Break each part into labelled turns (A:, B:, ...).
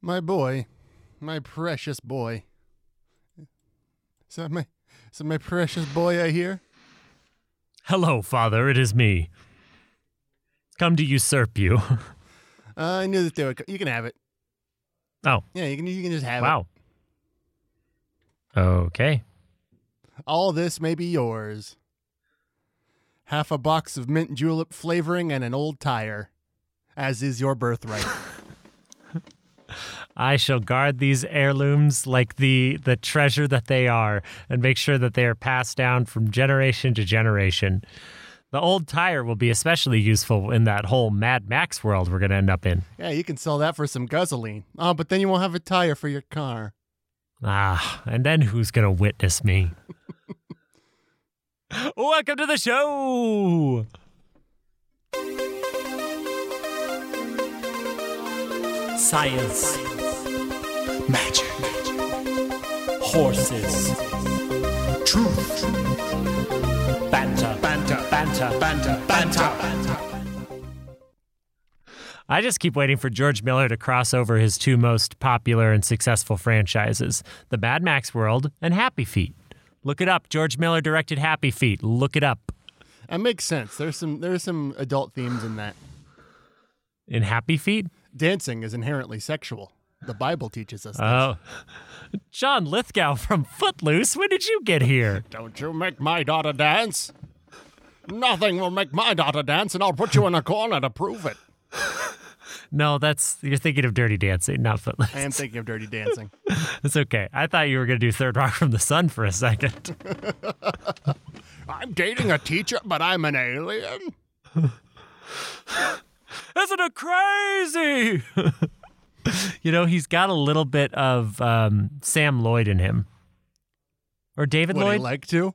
A: My boy, my precious boy. Is that my, is that my precious boy I hear?
B: Hello, father, it is me. Come to usurp you.
A: Uh, I knew that they would. co- You can have it.
B: Oh,
A: Yeah, you can. You can just have
B: wow. Okay.
A: it. All this may be yours. Half a box of mint julep flavoring and an old tire, as is your birthright.
B: I shall guard these heirlooms like the the treasure that they are and make sure that they are passed down from generation to generation. The old tire will be especially useful in that whole Mad Max world we're going to end up in.
A: yeah, you can sell that for some guzzling. Oh, but then you won't have a tire for your car.
B: Ah, and then who's going to witness me? Welcome to the show.
C: Science. Magic. Horses. Truth. Banter. Banter. Banter. Banter. Banter.
B: I just keep waiting for George Miller to cross over his two most popular and successful franchises, The Mad Max World and Happy Feet. Look it up. George Miller directed Happy Feet. Look it up.
A: That makes sense. There's some. There's some adult themes in that.
B: In Happy Feet?
A: Dancing is inherently sexual. The Bible teaches us. that.
B: Oh. John Lithgow from Footloose. When did you get here?
A: Don't you make my daughter dance. Nothing will make my daughter dance, and I'll put you in a corner to prove it.
B: No, that's you're thinking of Dirty Dancing, not Footloose.
A: I am thinking of Dirty Dancing.
B: It's okay. I thought you were going to do Third Rock from the Sun for a second.
A: I'm dating a teacher, but I'm an alien.
B: Isn't it crazy? you know, he's got a little bit of um, Sam Lloyd in him. Or David
A: Would he
B: Lloyd?
A: like to?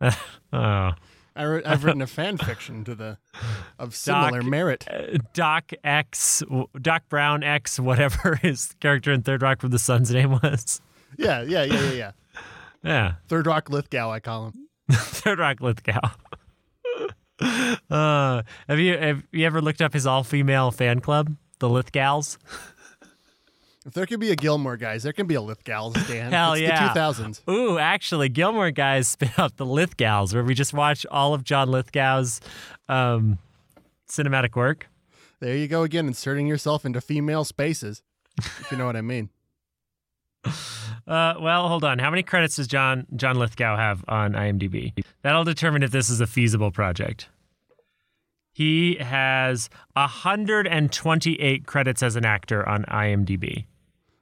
B: oh.
A: I wrote, I've written a fan fiction to the of
B: Doc,
A: similar merit.
B: uh, Doc X, Doc Brown X, whatever his character in Third Rock from the Sun's name was.
A: Yeah, yeah, yeah, yeah, yeah.
B: Yeah.
A: Third Rock Lithgow, I call him.
B: Third Rock Lithgow. uh, have you have you ever looked up his all female fan club, the Lithgows?
A: If there could be a Gilmore guys, there can be a Lithgow, Dan.
B: Hell
A: it's
B: yeah.
A: The 2000s.
B: Ooh, actually, Gilmore Guys spin out the Lithgows, where we just watch all of John Lithgow's um, cinematic work.
A: There you go again, inserting yourself into female spaces. If you know what I mean.
B: Uh, well, hold on. How many credits does John John Lithgow have on IMDb? That'll determine if this is a feasible project. He has 128 credits as an actor on IMDb.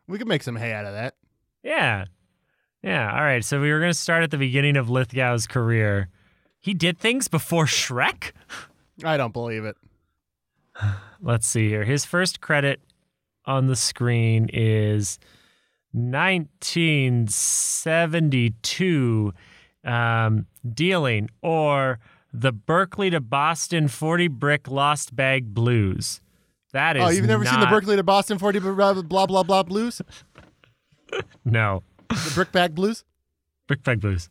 A: We could make some hay out of that.
B: Yeah. Yeah. All right. So we were going to start at the beginning of Lithgow's career. He did things before Shrek?
A: I don't believe it.
B: Let's see here. His first credit on the screen is 1972 um, dealing or the Berkeley to Boston 40 brick lost bag blues. That is
A: Oh, you've never seen the
B: not-
A: Berkeley to Boston 40 blah blah blah, blah blues?
B: No.
A: The Brickbag Blues?
B: Brick bag blues.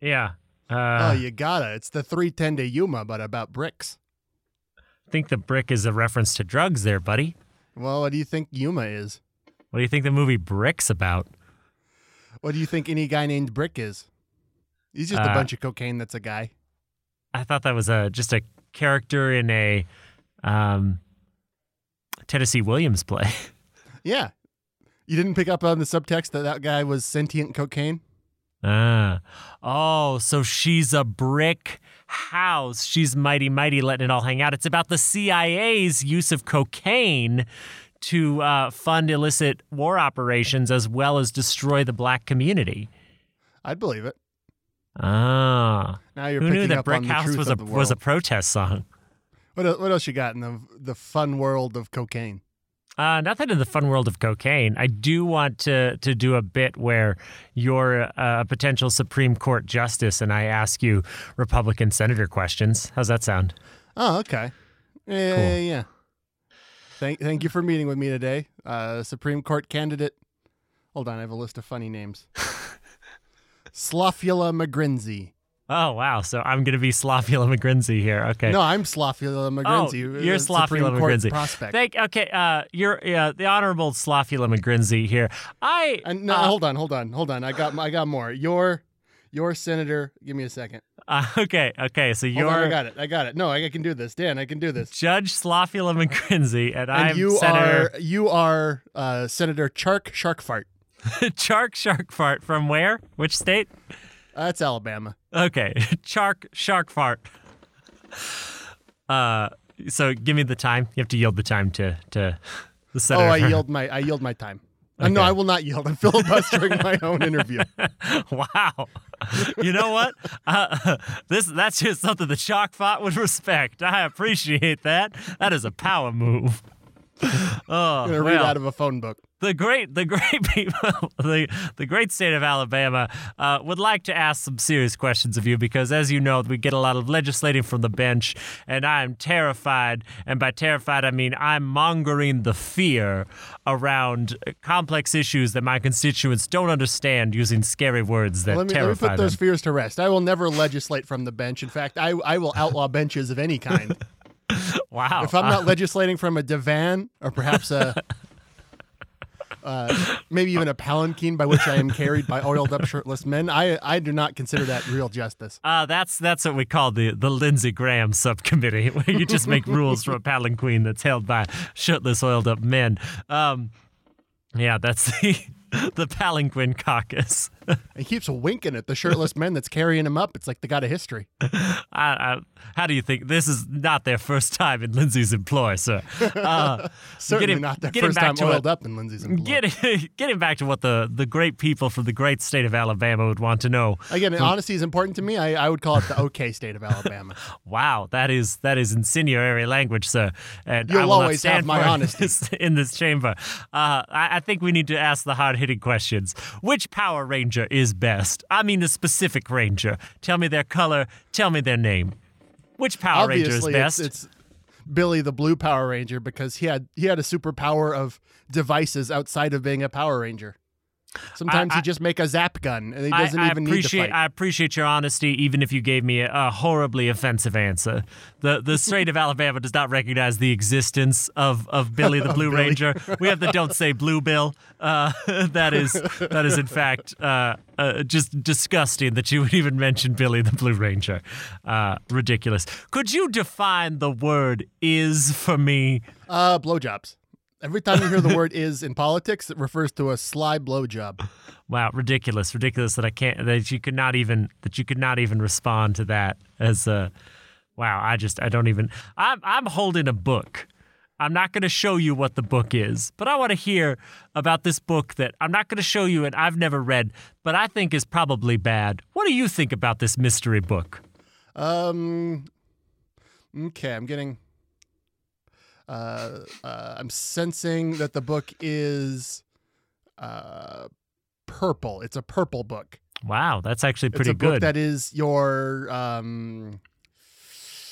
B: Yeah. Uh,
A: oh, you gotta. It's the 310 to Yuma, but about bricks.
B: think the brick is a reference to drugs there, buddy.
A: Well, what do you think Yuma is?
B: What do you think the movie Brick's about?
A: What do you think any guy named Brick is? He's just a
B: Uh,
A: bunch of cocaine that's a guy.
B: I thought that was a just a character in a um, Tennessee Williams play.
A: Yeah. You didn't pick up on the subtext that that guy was sentient cocaine?
B: ah. Oh, so she's a brick house. She's mighty mighty letting it all hang out. It's about the CIA's use of cocaine to uh, fund illicit war operations as well as destroy the black community.
A: I'd believe it.
B: Ah.
A: Now you're
B: Who
A: picking
B: knew that
A: up
B: Brick
A: on the
B: House
A: truth
B: was
A: of the
B: a
A: world.
B: was a protest song?
A: what, el- what else you got in the the fun world of cocaine?
B: Uh, not that in the fun world of cocaine. I do want to to do a bit where you're uh, a potential Supreme Court justice and I ask you Republican senator questions. How's that sound?
A: Oh, okay. Yeah,
B: Cool.
A: yeah, yeah. Thank, thank you for meeting with me today, uh, Supreme Court candidate. Hold on, I have a list of funny names. Slofula McGrinsey,
B: Oh wow! So I'm gonna be Slavula McGrinsey here. Okay.
A: No, I'm Slofula
B: Oh,
A: McGrinsey. uh,
B: you're Slofula
A: Supreme Court
B: McGrinsey.
A: Prospect.
B: Thank. Okay. Uh, you're uh, the honorable Slofula McGrinsey here. I.
A: and no,
B: uh,
A: hold on, hold on, hold on. I got, I got more. Your, your senator. Give me a second.
B: uh, okay. Okay. So
A: Hold on, I
B: you're
A: got it. I got it. No, I, I can do this, Dan. I can do this.
B: Judge Slofula McGrinsey, and, I'm
A: and you
B: Senator
A: are, you are uh, Senator Chark Sharkfart.
B: Chark Sharkfart from where? Which state?
A: Uh, that's Alabama.
B: Okay, Chark Sharkfart. Uh, so give me the time. You have to yield the time to to
A: Oh,
B: the senator.
A: I yield my, I yield my time. Uh, no,
B: Okay.
A: I will not yield. I'm filibustering my own interview.
B: wow. You know what? Uh, this that's just something the shock fought would respect. I appreciate that. That is a power move. Oh,
A: I'm gonna read
B: well,
A: out of a phone book.
B: the great, the great people, the the great state of Alabama uh, would like to ask some serious questions of you because, as you know, we get a lot of legislating from the bench, and I am terrified. And by terrified, I mean I'm mongering the fear around complex issues that my constituents don't understand using scary words that
A: Let me, let me
B: terrify
A: put those
B: them.
A: fears to rest. I will never legislate from the bench. In fact, I, I will outlaw benches of any kind.
B: Wow.
A: If I'm not legislating from a divan or perhaps a, uh, maybe even a palanquin by which I am carried by oiled up shirtless men, I, I do not consider that real justice.
B: Uh, that's that's what we call the the Lindsey Graham subcommittee, where you just make rules for a palanquin that's held by shirtless, oiled up men. Um, yeah, that's the the palanquin caucus.
A: He keeps winking at the shirtless men that's carrying him up. It's like they got a history.
B: I, I, how do you think this is not their first time in Lindsey's employ, sir? Uh,
A: Certainly
B: getting-
A: not the
B: getting
A: first
B: back
A: time
B: to
A: oiled
B: it.
A: up in Lindsay's employ.
B: getting getting back to what the the great people from the great state of Alabama would want to know.
A: Again, honesty is important to me. I, I would call it the okay state of Alabama.
B: Wow, that is that is incendiary language, sir. And I
A: You'll
B: will not
A: always have
B: stand
A: my
B: for it in
A: honesty.
B: this- in this chamber. Uh, I, I think we need to ask the hard-hitting questions. Which Power Ranger is best? I mean, a specific Ranger. Tell me their color. Tell me their name. Which Power Ranger is
A: Obviously,
B: best?
A: it's, it's Billy the Blue Power Ranger because he had he had a superpower of devices outside of being a Power Ranger. Sometimes
B: I-
A: he just make a zap gun and he doesn't
B: I, I
A: even need to
B: appreciate
A: fight.
B: I appreciate your honesty, even if you gave me a, a horribly offensive answer. The the Strait of Alabama does not recognize the existence of, of Billy the Blue Ranger. We have the "Don't Say Blue" bill. Uh, that is that is in fact uh, uh, just disgusting that you would even mention Billy the Blue Ranger. Uh, ridiculous. Could you define the word "is" for me?
A: Uh, blowjobs. Every time you hear the word "is" in politics, it refers to a sly blowjob.
B: Wow, ridiculous, ridiculous that I can't that you could not even that you could not even respond to that as a wow, I just I don't even I'm I'm holding a book. I'm not going to show you what the book is, but I want to hear about this book that I'm not going to show you and I've never read, but I think is probably bad. What do you think about this mystery book?
A: Um, okay, I'm getting. Uh, uh, I'm sensing that the book is, uh, purple. It's a purple book.
B: Wow, that's actually pretty
A: it's a book
B: good.
A: that is your um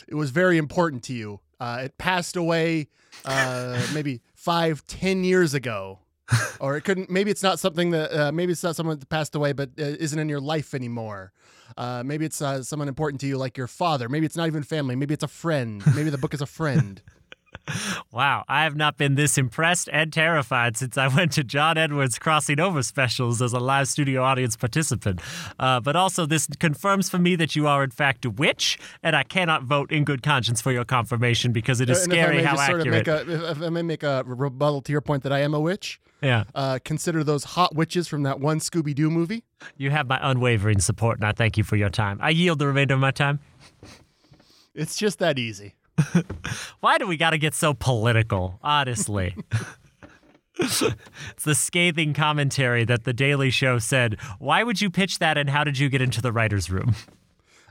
A: it was very important to you uh it passed away uh maybe five ten years ago or it couldn't maybe it's not something that uh, maybe it's not someone that passed away but uh, isn't in your life anymore uh maybe it's uh, someone important to you like your father maybe it's not even family maybe it's a friend maybe the book is a friend
B: Wow, I have not been this impressed and terrified since I went to John Edwards' Crossing Over specials as a live studio audience participant. Uh, but also, this confirms for me that you are, in fact, a witch, and I cannot vote in good conscience for your confirmation because it is
A: And
B: scary
A: if I may
B: how
A: just
B: accurate.
A: sort of make a if I may make a rebuttal to your point that I am a witch
B: yeah,
A: uh consider those hot witches from that one Scooby Doo movie
B: you have my unwavering support, and I thank you for your time. I yield the remainder of my time.
A: it's just that easy
B: Why do we got to get so political, honestly? it's the scathing commentary that The Daily Show said. Why would you pitch that, and how did you get into the writer's room?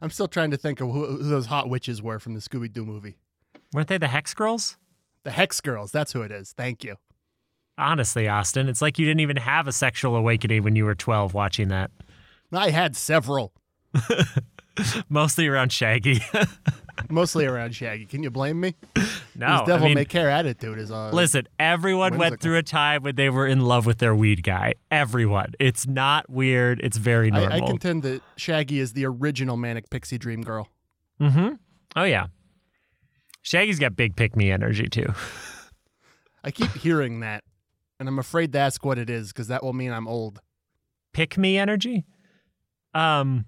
A: I'm still trying to think of who, who those hot witches were from the Scooby Doo movie.
B: Weren't they the Hex Girls?
A: The Hex Girls, that's who it is. Thank you.
B: Honestly, Austin, it's like you didn't even have a sexual awakening when you were 12 watching that.
A: I had several.
B: Mostly around Shaggy.
A: mostly around Shaggy. Can you blame me?
B: No,
A: His devil
B: I mean,
A: may care attitude is on.
B: listen. Everyone went
A: Whimsical.
B: through a time when they were in love with their weed guy. Everyone. It's not weird. It's very normal.
A: I, I contend that Shaggy is the original manic pixie dream girl.
B: Mm-hmm. Oh yeah. Shaggy's got big pick me energy too.
A: I keep hearing that, and I'm afraid to ask what it is because that will mean I'm old.
B: Pick me energy. Um.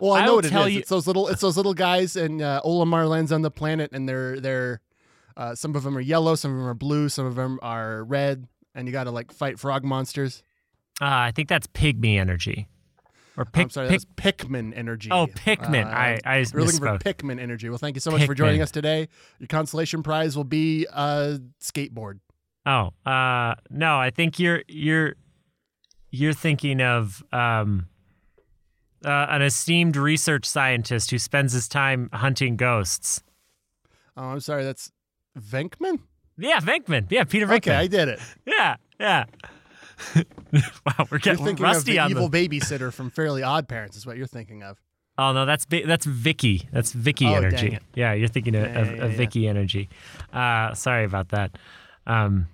A: Well, I
B: I
A: know
B: will
A: what it
B: tell
A: is.
B: you-
A: It's those little, it's those little guys and uh, Olimar lands on the planet, and they're they're. Uh, some of them are yellow, some of them are blue, some of them are red, and you got to like fight frog monsters.
B: Uh, I think that's pig me energy. Or pick.
A: I'm sorry,
B: pick
A: that's Pikmin energy. Uh,
B: Oh, Pikmin. I- I
A: we're looking for
B: misspoke.
A: Pikmin energy. Well, thank you so much for joining
B: Pikmin.
A: us today. Your consolation prize will be a skateboard.
B: oh. Uh. No. I think you're you're you're thinking of um. Uh, an esteemed research scientist who spends his time hunting ghosts.
A: Oh, I'm sorry, that's Venkman.
B: Yeah, Venkman. Yeah, Peter Venkman.
A: Okay, I did it.
B: Yeah, yeah. wow, we're
A: You're
B: getting
A: thinking
B: rusty
A: of
B: on
A: the
B: the
A: evil babysitter from Fairly Odd Parents is what you're thinking of.
B: Oh no, that's Vi- that's Vicky. That's Vicky
A: Oh, dang
B: energy.
A: it.
B: Yeah, you're thinking of,
A: Yeah,
B: of,
A: yeah, yeah,
B: of
A: yeah.
B: Vicky energy. Uh, sorry about that. Um,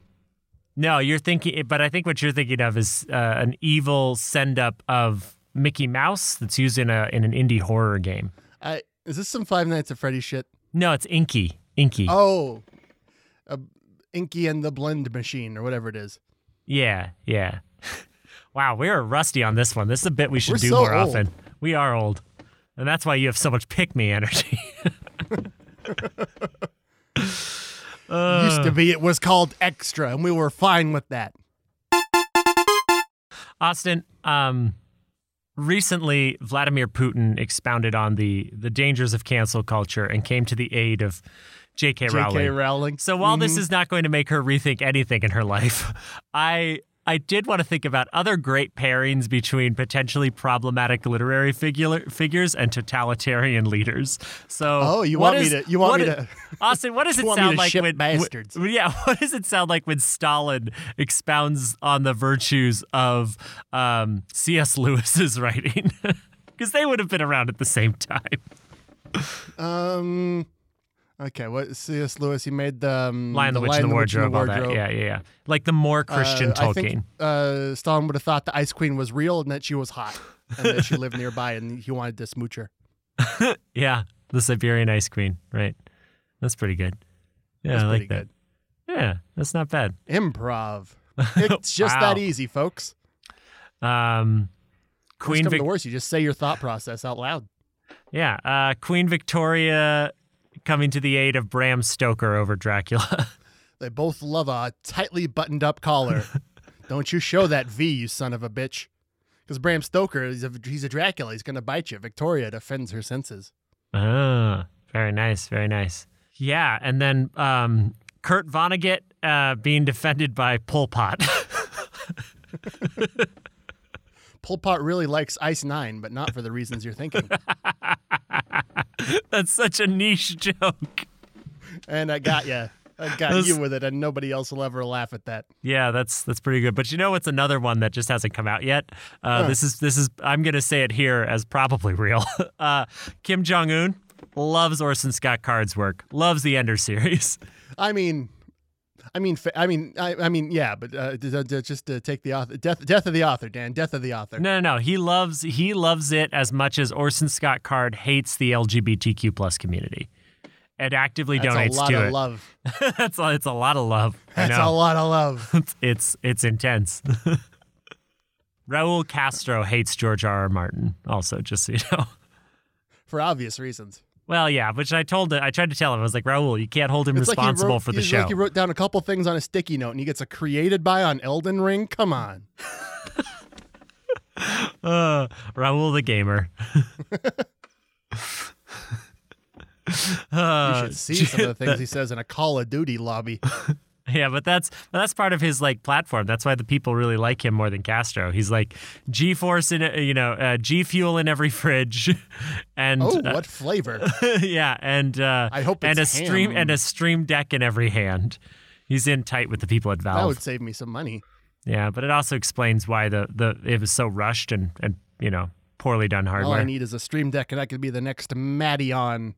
B: no, you're thinking, but I think what you're thinking of is uh, an evil send up of Mickey Mouse that's used in a in an indie horror game.
A: I, Uh, is this some Five Nights at Freddy shit?
B: No, it's Inky. Inky.
A: Oh, uh, Inky and the Blend Machine or whatever it is.
B: Yeah, yeah. wow, we are rusty on this one. This is a bit we should
A: We're
B: do
A: so
B: more
A: old.
B: often. We are old, and that's why you have so much pick me energy.
A: Used to be it was called Extra, and we were fine with that.
B: Austin, um, recently Vladimir Putin expounded on the the dangers of cancel culture and came to the aid of J.K.
A: J.K.
B: Rowling.
A: Rowling.
B: So while
A: Mm-hmm.
B: this is not going to make her rethink anything in her life, I I did want to think about other great pairings between potentially problematic literary figure, figures and totalitarian leaders. So
A: Oh, you
B: what
A: want me
B: is-
A: to- you want
B: what
A: me
B: i-
A: to-
B: Austin? What does it
A: You want me
B: sound
A: to
B: like
A: ship
B: when
A: bastards.
B: when- yeah, what does it sound like when Stalin expounds on the virtues of um, C.S. Lewis's writing? Because they would have been around at the same time.
A: Mm, Um. Okay, what C.S. Lewis? He made the um,
B: Lion, the, Witch, and the
A: Witch, and
B: Wardrobe,
A: the
B: all that.
A: Wardrobe.
B: Yeah, yeah, yeah. Like the more Christian
A: Uh,
B: Tolkien.
A: I think uh, Stalin would have thought the Ice Queen was real and that she was hot, and that she lived nearby, and he wanted to smooch her.
B: Yeah, the Siberian Ice Queen. Right. That's pretty good. Yeah,
A: That's
B: I like
A: pretty
B: that. Yeah, that's not bad.
A: good. Improv. It's just
B: Wow.
A: that e- easy, folks.
B: Um,
A: Queen
B: Queen
A: come
B: Vic-
A: to worse, you just say your thought process out loud.
B: Yeah, uh, Queen Victoria coming to the aid of Bram Stoker over Dracula.
A: They both love a tightly buttoned up collar. Don't you show that V, you son of a bitch. Because Bram Stoker, he's a, he's a Dracula. He's going to bite you. Victoria defends her senses.
B: Ah, very nice, very nice. Yeah, and then um, Kurt Vonnegut uh, being defended by Pol Pot.
A: Pol Pot really likes Ice Nine, but not for the reasons you're thinking.
B: that's such a niche joke.
A: and I got you. I got you with it, and nobody else will ever laugh at that.
B: Yeah, that's that's pretty good. But you know what's another one that just hasn't come out yet? Uh, This is this is I'm gonna say it here as probably real. uh, Kim Jong Un loves Orson Scott Card's work, loves the Ender series.
A: I mean, I mean, fa- I mean, I, I mean, yeah, but uh, d- d- d- just to take the author, death, death of the author, Dan, death of the author.
B: No, no, no. He loves he loves it as much as Orson Scott Card hates the LGBTQ plus community, and actively
A: That's
B: donates
A: a lot
B: to
A: of
B: it.
A: love.
B: that's a, it's a lot of love. I
A: That's a
B: know.
A: lot of love.
B: it's it's intense. Raul Castro hates George R. R. Martin. Also, just so you know.
A: For obvious reasons.
B: Well, yeah, which I told I tried to tell him. I was like, Raul, you can't hold him
A: It's like he
B: responsible
A: wrote-
B: for the
A: it's
B: show.
A: Like he wrote down a couple things on a sticky note, and he gets a created by on Elden Ring. Come on,
B: uh, Raul the gamer.
A: you
B: Uh,
A: should see some of the things he says in a Call of Duty lobby.
B: Yeah, but that's but that's part of his like platform. That's why the people really like him more than Castro. He's like G force in uh, you know uh, G fuel in every fridge, and
A: Oh,
B: uh,
A: what flavor?
B: yeah, and uh,
A: I hope
B: and a
A: it's
B: stream
A: ham.
B: and a stream deck in every hand. He's in tight with the people at
A: That
B: Valve.
A: would save me some money.
B: Yeah, but it also explains why the the it was so rushed and and you know Poorly done hardware.
A: All I need is a stream deck, and I could be the next Matty on.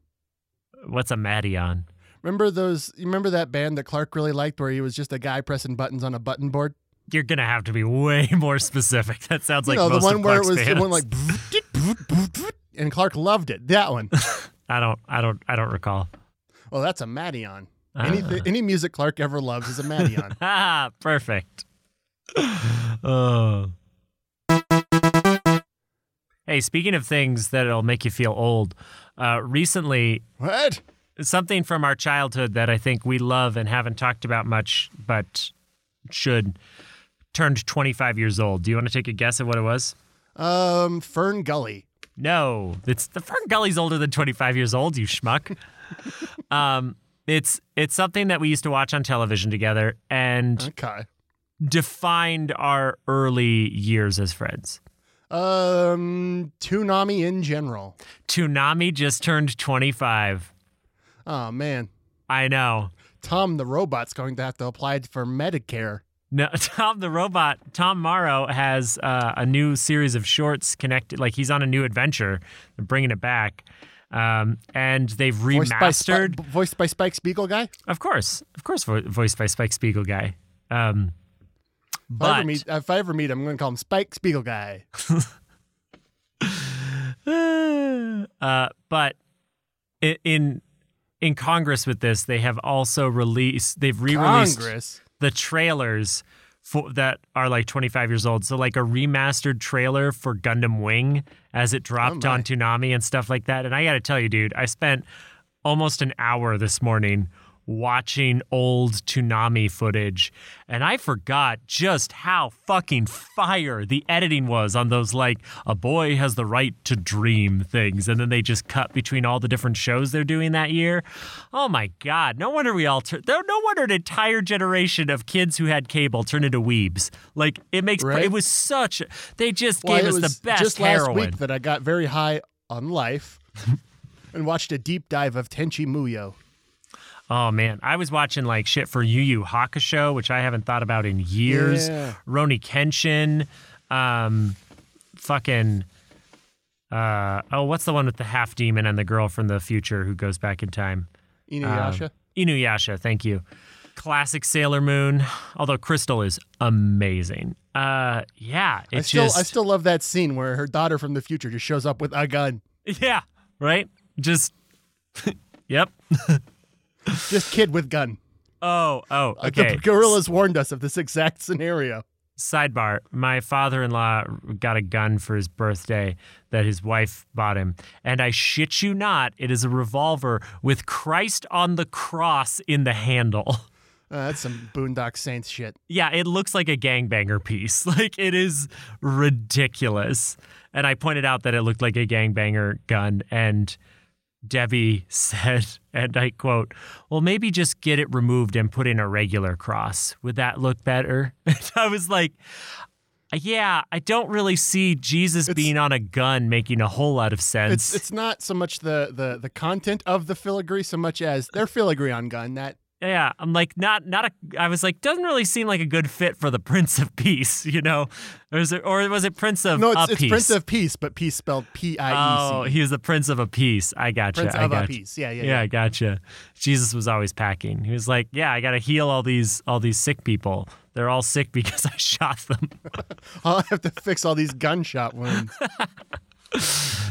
B: What's a Matty on?
A: Remember those? You remember that band that Clark really liked, where he was just a guy pressing buttons on a button board?
B: You're gonna have to be way more specific. That sounds like
A: you know,
B: most
A: the one
B: of
A: where it
B: Clark's
A: was it
B: bands.
A: went like, and Clark loved it. That one.
B: I don't, I don't, I don't recall.
A: Well, that's a Matty on.
B: Ah.
A: Anything, any music Clark ever loves is a Matty on.
B: Ah, perfect. Oh. Hey, speaking of things that'll make you feel old, uh, recently
A: what?
B: something from our childhood that I think we love and haven't talked about much, but should turned 25 years old. Do you want to take a guess at what it was?
A: Um, Fern Gully.
B: No, it's the Fern Gully's older than 25 years old, you schmuck. um, it's it's something that we used to watch on television together and
A: Okay.
B: defined our early years as friends.
A: Um, Toonami in general.
B: Toonami just turned 25.
A: Oh man,
B: I know.
A: Tom the robot's going to have to apply for Medicare.
B: No, Tom the robot, Tom Morrow has uh, a new series of shorts connected. Like he's on a new adventure, They're bringing it back, um, and they've
A: Voiced by,
B: remastered.
A: Spi- voiced by Spike Spiegel guy.
B: of course, of course, vo- voiced by Spike Spiegel guy. Um,
A: If I, ever
B: but
A: meet, if I ever meet him, I'm going to call him Spike Spiegel guy.
B: uh, but i- in in Congress with this, they have also released. They've re-released
A: Congress.
B: the trailers for that are like 25 years old. So like a remastered trailer for Gundam Wing as it dropped
A: Oh my.
B: on Toonami and stuff like that. And I got to tell you, dude, I spent almost an hour this morning watching old Toonami footage and I forgot just how fucking fire the editing was on those like a boy has the right to dream things and then they just cut between all the different shows they're doing that year. Oh my god, no wonder we all tur- no no wonder an entire generation of kids who had cable turned into weebs. Like it makes
A: Right?
B: it was such they just
A: Why,
B: gave
A: it
B: us
A: was
B: the best
A: just
B: heroin.
A: last week that I got very high on life and watched a deep dive of Tenchi Muyo.
B: Oh man, I was watching like shit for Yu Yu Hakusho, which I haven't thought about in years.
A: Yeah.
B: Roni Kenshin, um, fucking. Uh, oh, what's the one with the half demon and the girl from the future who goes back in time? Um,
A: Inuyasha.
B: Inuyasha, thank you. Classic Sailor Moon, although Crystal is amazing. Uh, yeah,
A: I
B: it's
A: still
B: just
A: I still love that scene where her daughter from the future just shows up with a gun.
B: yeah, right? Just yep.
A: Just kid with gun.
B: Oh, oh,
A: Uh,
B: okay.
A: The gorillas warned us of this exact scenario.
B: Sidebar: My father-in-law got a gun for his birthday that his wife bought him, and I shit you not, it is a revolver with Christ on the cross in the handle.
A: Uh, that's some Boondock Saints shit.
B: Yeah, it looks like a gangbanger piece. Like it is ridiculous. And I pointed out that it looked like a gangbanger gun and Debbie said, and I quote, "Well, maybe just get it removed and put in a regular cross. Would that look better?" And I was like, "Yeah, I don't really see Jesus being on a gun making a whole lot of sense."
A: It's it's not so much the the the content of the filigree so much as their filigree on gun that
B: Yeah, I'm like not not a. I was like doesn't really seem like a good fit for the Prince of Peace, you know, or is it, or was it Prince of
A: no it's,
B: a
A: it's
B: Peace?
A: Prince of Peace but peace spelled P
B: Oh,
A: I E C
B: he was the Prince of a Peace. I gotcha.
A: Prince
B: I
A: of a
B: gotcha.
A: Peace yeah yeah
B: Yeah,
A: yeah
B: I gotcha. Jesus was always packing. He was like, yeah, I gotta heal all these all these sick people. They're all sick because I shot them.
A: I'll have to fix all these gunshot wounds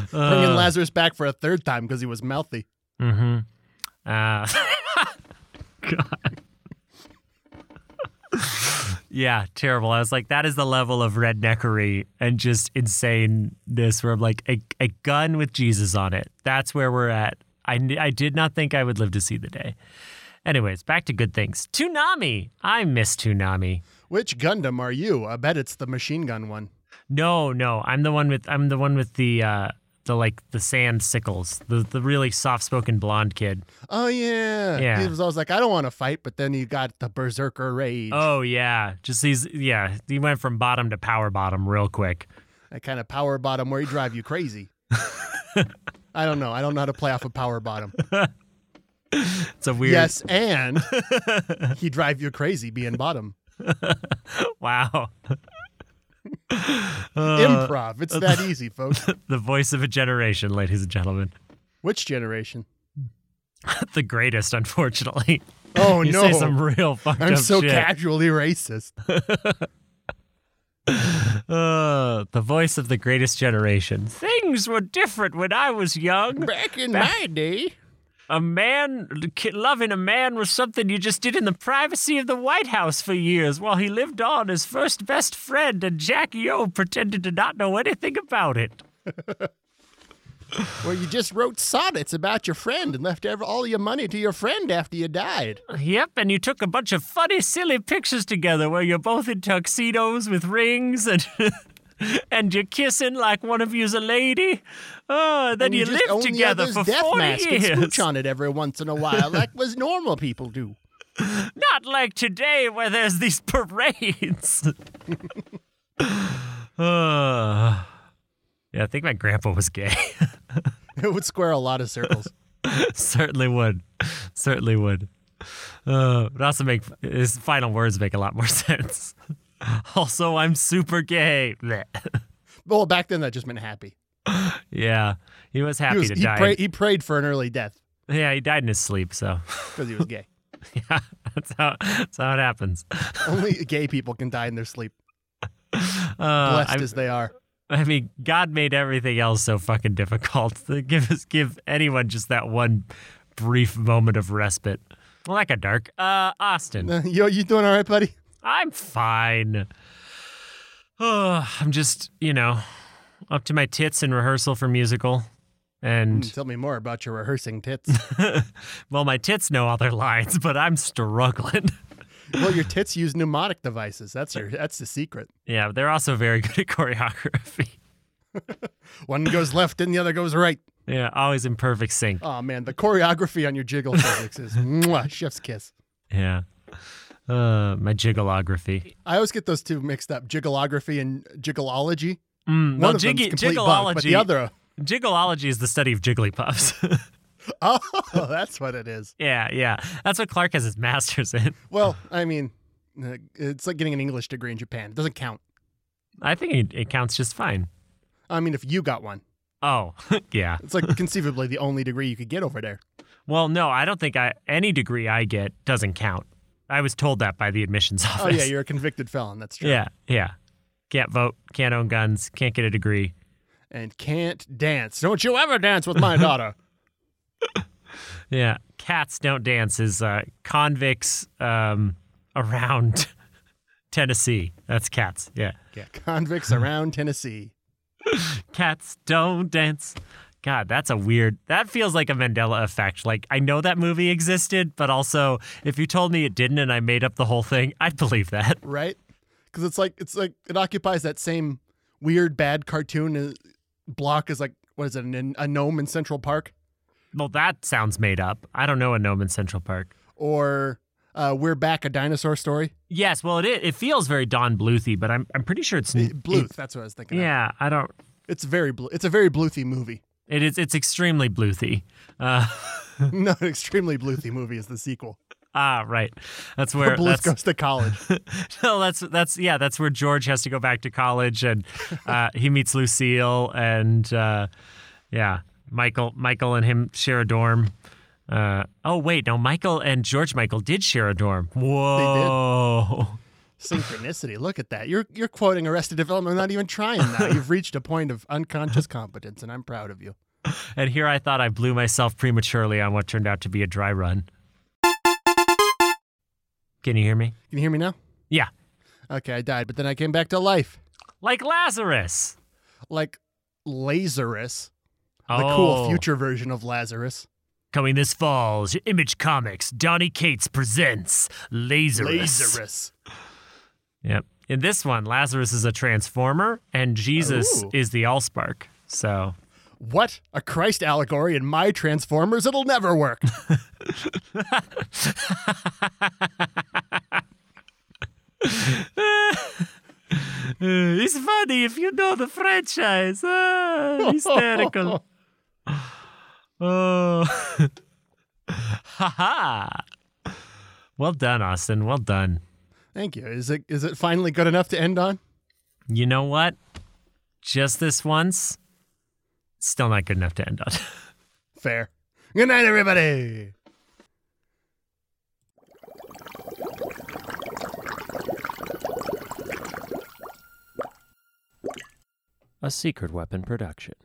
A: bringing Lazarus back for a third time because he was mouthy
B: Uh, God. yeah, terrible. I was like, that is the level of redneckery and just insaneness where I'm like, a, a gun with Jesus on it. That's where we're at. I, kn- I did not think I would live to see the day. Anyways, back to good things. Toonami. I miss Toonami.
A: which Gundam are you I bet it's the machine gun one
B: No, no, I'm the one with I'm the one with the uh the like the sand sickles, the the really soft spoken blonde kid.
A: oh yeah
B: Yeah.
A: he was always like I don't want to fight but then you got the berserker rage
B: Oh yeah, just he's yeah. He went from bottom to power bottom real quick.
A: that kind of power bottom where he drive you crazy. I don't know. I don't know how to play off a power bottom.
B: It's a weird.
A: Yes, and he drive you crazy being bottom.
B: Wow. Uh,
A: Improv. It's that easy, folks.
B: the voice of a generation, ladies and gentlemen.
A: Which generation?
B: the greatest, unfortunately.
A: Oh
B: you
A: no.
B: say some real fucked
A: I'm
B: up
A: so
B: shit.
A: casually racist.
B: Uh, the voice of the greatest generation. Things were different when I was young.
A: Back in my day.
B: A man, ki- loving a man was something you just did in the privacy of the White House for years while he lived on as first best friend, and Jackie O pretended to not know anything about it.
A: Well, you just wrote sonnets about your friend and left ev- all your money to your friend after you died.
B: Yep, and you took a bunch of funny, silly pictures together where you're both in tuxedos with rings and. And you're kissing like one of you's a lady. Oh, and then
A: And
B: you,
A: just own
B: lived
A: the
B: together
A: other's
B: for
A: death
B: 40
A: mask
B: years.
A: and smooch on it every once in a while, like was normal people do.
B: Not like today where there's these parades. Uh, yeah, I think my grandpa was gay.
A: It would square a lot of circles.
B: Certainly would. Certainly would. Uh, but also make his final words make a lot more sense. Also, I'm super gay. Blech.
A: Well, back then that just meant happy.
B: yeah, he was happy
A: He, was,
B: to
A: he,
B: die.
A: pray, he prayed for an early death
B: yeah, he died in his sleep. So
A: because he was gay.
B: yeah, that's how that's how it happens.
A: Only gay people can die in their sleep,
B: Uh,
A: blessed
B: I,
A: as they are.
B: I mean, God made everything else so fucking difficult. Give us, give anyone just that one brief moment of respite. Well, that got dark. Uh, Austin.
A: Yo, you doing all right, buddy?
B: I'm fine. Ugh, I'm just, you know, up to my tits in rehearsal for musical. And,
A: Tell me more about your rehearsing tits. Hmm.
B: well, my tits know all their lines, but I'm struggling.
A: well, your tits use mnemonic devices. That's your. That's the secret.
B: yeah, they're also very good at choreography.
A: One goes left and the other goes right.
B: Yeah, always in perfect sync.
A: Oh man, the choreography on your jiggle physics is mwah, chef's kiss.
B: Yeah. Uh, my jiggleography.
A: I always get those two mixed up: jiggleography and jiggleology.
B: Mm,
A: One
B: well,
A: of them's
B: jiggy,
A: complete bunk, but the
B: jiggleology-
A: other,
B: Jiggleology is the study of jigglypuffs.
A: oh, that's what it is.
B: yeah, yeah. That's what Clark has his master's in.
A: Well, I mean, uh, it's like getting an English degree in Japan. It doesn't count.
B: I think it, it counts just fine.
A: I mean, if you got one,
B: Oh, yeah.
A: it's like conceivably the only degree you could get over there.
B: Well, no, I don't think I, any degree I get doesn't count. I was told that by the admissions office.
A: Oh yeah, you're a convicted felon. That's true.
B: yeah, yeah. Can't vote, can't own guns, can't get a degree.
A: And can't dance. Don't you ever dance with my daughter?
B: Yeah, cats don't dance is uh, convicts um, around Tennessee. That's cats. Yeah,
A: yeah, convicts around Tennessee.
B: cats don't dance. God, that's a weird. That feels like a Mandela effect. Like I know that movie existed, but also if you told me it didn't and I made up the whole thing, I'd believe that.
A: right? Because it's like it's like it occupies that same weird bad cartoon uh, block as like what is it an, a gnome in Central Park
B: Well, that sounds made up. I don't know a gnome in Central Park.
A: or uh, We're Back a Dinosaur Story?
B: Yes, well, it it feels very Don Bluthy, but I'm I'm pretty sure it's
A: It- Bluth, that's what I was thinking. of.
B: yeah, I don't.
A: it's very Blu- it's a very Bluthy movie.
B: It is it's extremely Bluthy. Uh,
A: no, an extremely Bluthy movie is the sequel.
B: ah, right. That's where
A: Bluth
B: that's,
A: goes to college.
B: no, that's that's yeah, that's where George has to go back to college, and uh, he meets Lucille, and uh, yeah, Michael Michael and him share a dorm. Uh, oh wait, no, Michael and George Michael did share a dorm. Whoa.
A: Synchronicity. Look at that. You're you're quoting Arrested Development, not even trying now. You've reached a point of unconscious competence, and I'm proud of you.
B: And here I thought I blew myself prematurely on what turned out to be a dry run. Can you hear me?
A: Can you hear me now?
B: Yeah.
A: Okay, I died, but then I came back to life,
B: Like Lazarus.
A: like Lazarus.
B: Oh,
A: the cool future version of Lazarus.
B: Coming this fall, is Image Comics, Donnie Cates presents Lazarus.
A: Lazarus.
B: Yep. In this one, Lazarus is a transformer and Jesus
A: Ooh.
B: is the Allspark. So
A: What? A Christ allegory in my Transformers? It'll never work.
B: eh, it's funny if you know the franchise. Ah, hysterical. oh. ha ha. Well done, Austin. Well done.
A: Thank you. Is it is it finally good enough to end on?
B: You know what? Just this once, still not good enough to end on.
A: Fair. Good night, everybody.
D: A Secret Weapon production.